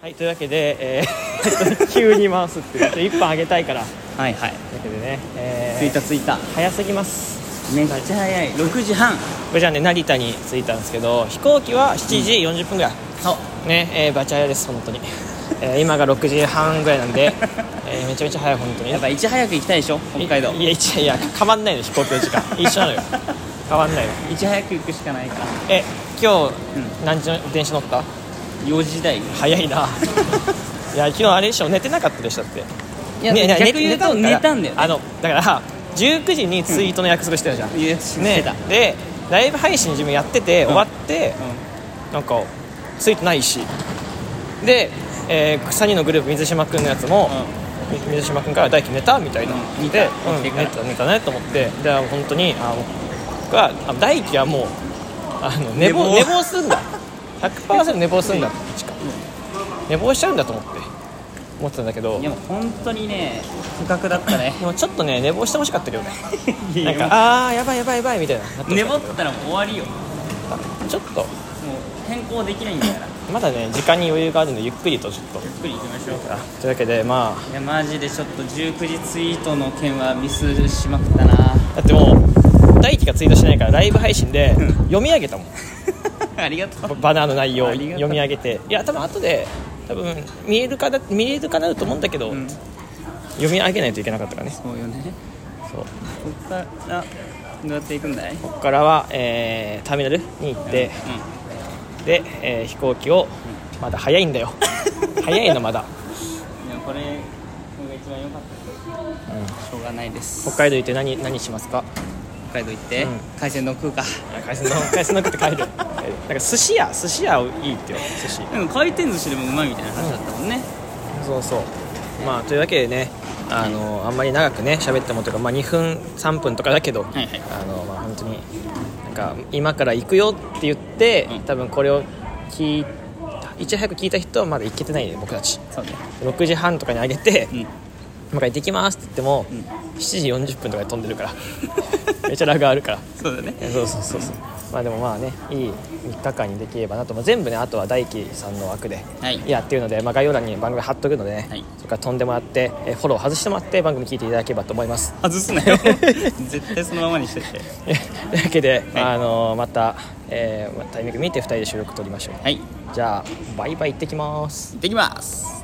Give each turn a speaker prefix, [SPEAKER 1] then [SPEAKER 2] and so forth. [SPEAKER 1] はいというわけで、えー 急に回すっていうちょ1本あげたいからと
[SPEAKER 2] はいはい
[SPEAKER 1] いうわけでね、え
[SPEAKER 2] 着い
[SPEAKER 1] ー、
[SPEAKER 2] た着いた
[SPEAKER 1] 早すぎます
[SPEAKER 2] めっちゃ早い6時半
[SPEAKER 1] これじゃあね成田に着いたんですけど飛行機は7時40分ぐらい、
[SPEAKER 2] そう
[SPEAKER 1] ねえーバチャヤです本当に、えー今が6時半ぐらいなんで、えーめちゃめちゃ早い本当に
[SPEAKER 2] やっぱいち早く行きたいでしょ北海道
[SPEAKER 1] いいや一いや変わんないの飛行機の時間 一緒なのよ変わんないよ
[SPEAKER 2] いち早く行くしかないか
[SPEAKER 1] え今日、
[SPEAKER 2] う
[SPEAKER 1] 何時の電車乗った
[SPEAKER 2] 4 時台い
[SPEAKER 1] 早いないや昨日あれでしょ寝てなかったでしたって
[SPEAKER 2] や、
[SPEAKER 1] ねね
[SPEAKER 2] 逆に言うと
[SPEAKER 1] から
[SPEAKER 2] 寝たんだよね
[SPEAKER 1] あのだから19時にツイートの約束してたじゃん、
[SPEAKER 2] いやし
[SPEAKER 1] ねでライブ配信自分やってて、
[SPEAKER 2] ん
[SPEAKER 1] 終わって、なんかツイートないしで、えー、3人のグループ水島君のやつも、み水島君から「大輝寝た?」みたいな、
[SPEAKER 2] うん
[SPEAKER 1] 見て
[SPEAKER 2] 見た
[SPEAKER 1] うん
[SPEAKER 2] 起
[SPEAKER 1] 寝
[SPEAKER 2] きてから
[SPEAKER 1] た寝たねと思ってで本当にあもう僕はあ大輝はもうあの寝坊
[SPEAKER 2] 寝
[SPEAKER 1] 寝
[SPEAKER 2] 坊
[SPEAKER 1] 坊すん だ100%寝坊すんだしか寝坊しちゃうんだと思って思ってたんだけど
[SPEAKER 2] うんいやもう本当にね不覚 だったね
[SPEAKER 1] でもちょっとね寝坊してほしかったけどねなんかああーやばいやばいやばいみたいななってほし
[SPEAKER 2] 寝
[SPEAKER 1] か
[SPEAKER 2] 坊
[SPEAKER 1] っ
[SPEAKER 2] った
[SPEAKER 1] けど
[SPEAKER 2] たらもう終わりよも
[SPEAKER 1] ちょっと
[SPEAKER 2] う変更できないんだから
[SPEAKER 1] まだね時間に余裕があるのでゆっくりとちょっと
[SPEAKER 2] ゆっくり行きましょう
[SPEAKER 1] あというわけでまあ
[SPEAKER 2] いやマジでちょっと19時ツイートの件はミスしまくった な
[SPEAKER 1] だってもう大輝がツイートしてないからライブ配信で
[SPEAKER 2] うん
[SPEAKER 1] 読み上げたもん、
[SPEAKER 2] ありがとう
[SPEAKER 1] バナーの内容
[SPEAKER 2] ありがとう
[SPEAKER 1] 読み上げていや多分後で多分見えるかだ見えるかなと思うんだけど、
[SPEAKER 2] うんそ
[SPEAKER 1] 読み上げないといけなかったからね
[SPEAKER 2] う よね
[SPEAKER 1] そう
[SPEAKER 2] こっからどうやって行くんだい
[SPEAKER 1] ここからは、えーターミナルに行って、で、えー飛行機をまだ早いんだよ早いのまだ
[SPEAKER 2] うんいやこれこれが一番良かった、
[SPEAKER 1] うん
[SPEAKER 2] しょうがないです
[SPEAKER 1] 北海道行って何何しますか
[SPEAKER 2] 北海道行って、
[SPEAKER 1] うん
[SPEAKER 2] 海鮮丼食うか
[SPEAKER 1] 海鮮 丼海鮮丼食って帰るなんか寿司屋寿司屋をいいってよ寿司
[SPEAKER 2] でも回転寿司でもうまいみたいな話だったもんね、
[SPEAKER 1] そうそうまあというわけでねあのあんまり長くね喋ってもというか、まあ、2分3分とかだけど、
[SPEAKER 2] はいはい
[SPEAKER 1] あのまあ本当になんか今から行くよって言って、
[SPEAKER 2] うん
[SPEAKER 1] 多分これを聞いたいち早く聞いた人はまだ行けてないね僕たち
[SPEAKER 2] そうね
[SPEAKER 1] 6時半とかにあげて
[SPEAKER 2] うん
[SPEAKER 1] 「今から行ってきます」って言っても、
[SPEAKER 2] ん
[SPEAKER 1] 7時40分とかで飛んでるから めっちゃラグあるから
[SPEAKER 2] そうだね
[SPEAKER 1] えそうそうそうそうまあでもまあねいい3日間にできればなと、まあ、全部ねあとは大輝さんの枠で
[SPEAKER 2] はい
[SPEAKER 1] いやっていうので、まあ、概要欄に番組貼っとくので、ね
[SPEAKER 2] はい
[SPEAKER 1] それから飛んでもらってえフォロー外してもらって番組聞いていただければと思います
[SPEAKER 2] 外すなよ 絶対そのままにしてて
[SPEAKER 1] というわけで、あのまた、えーまあタイミング見て2人で収録撮りましょう
[SPEAKER 2] はい行
[SPEAKER 1] じゃあバイバイ行ってきます
[SPEAKER 2] ってきます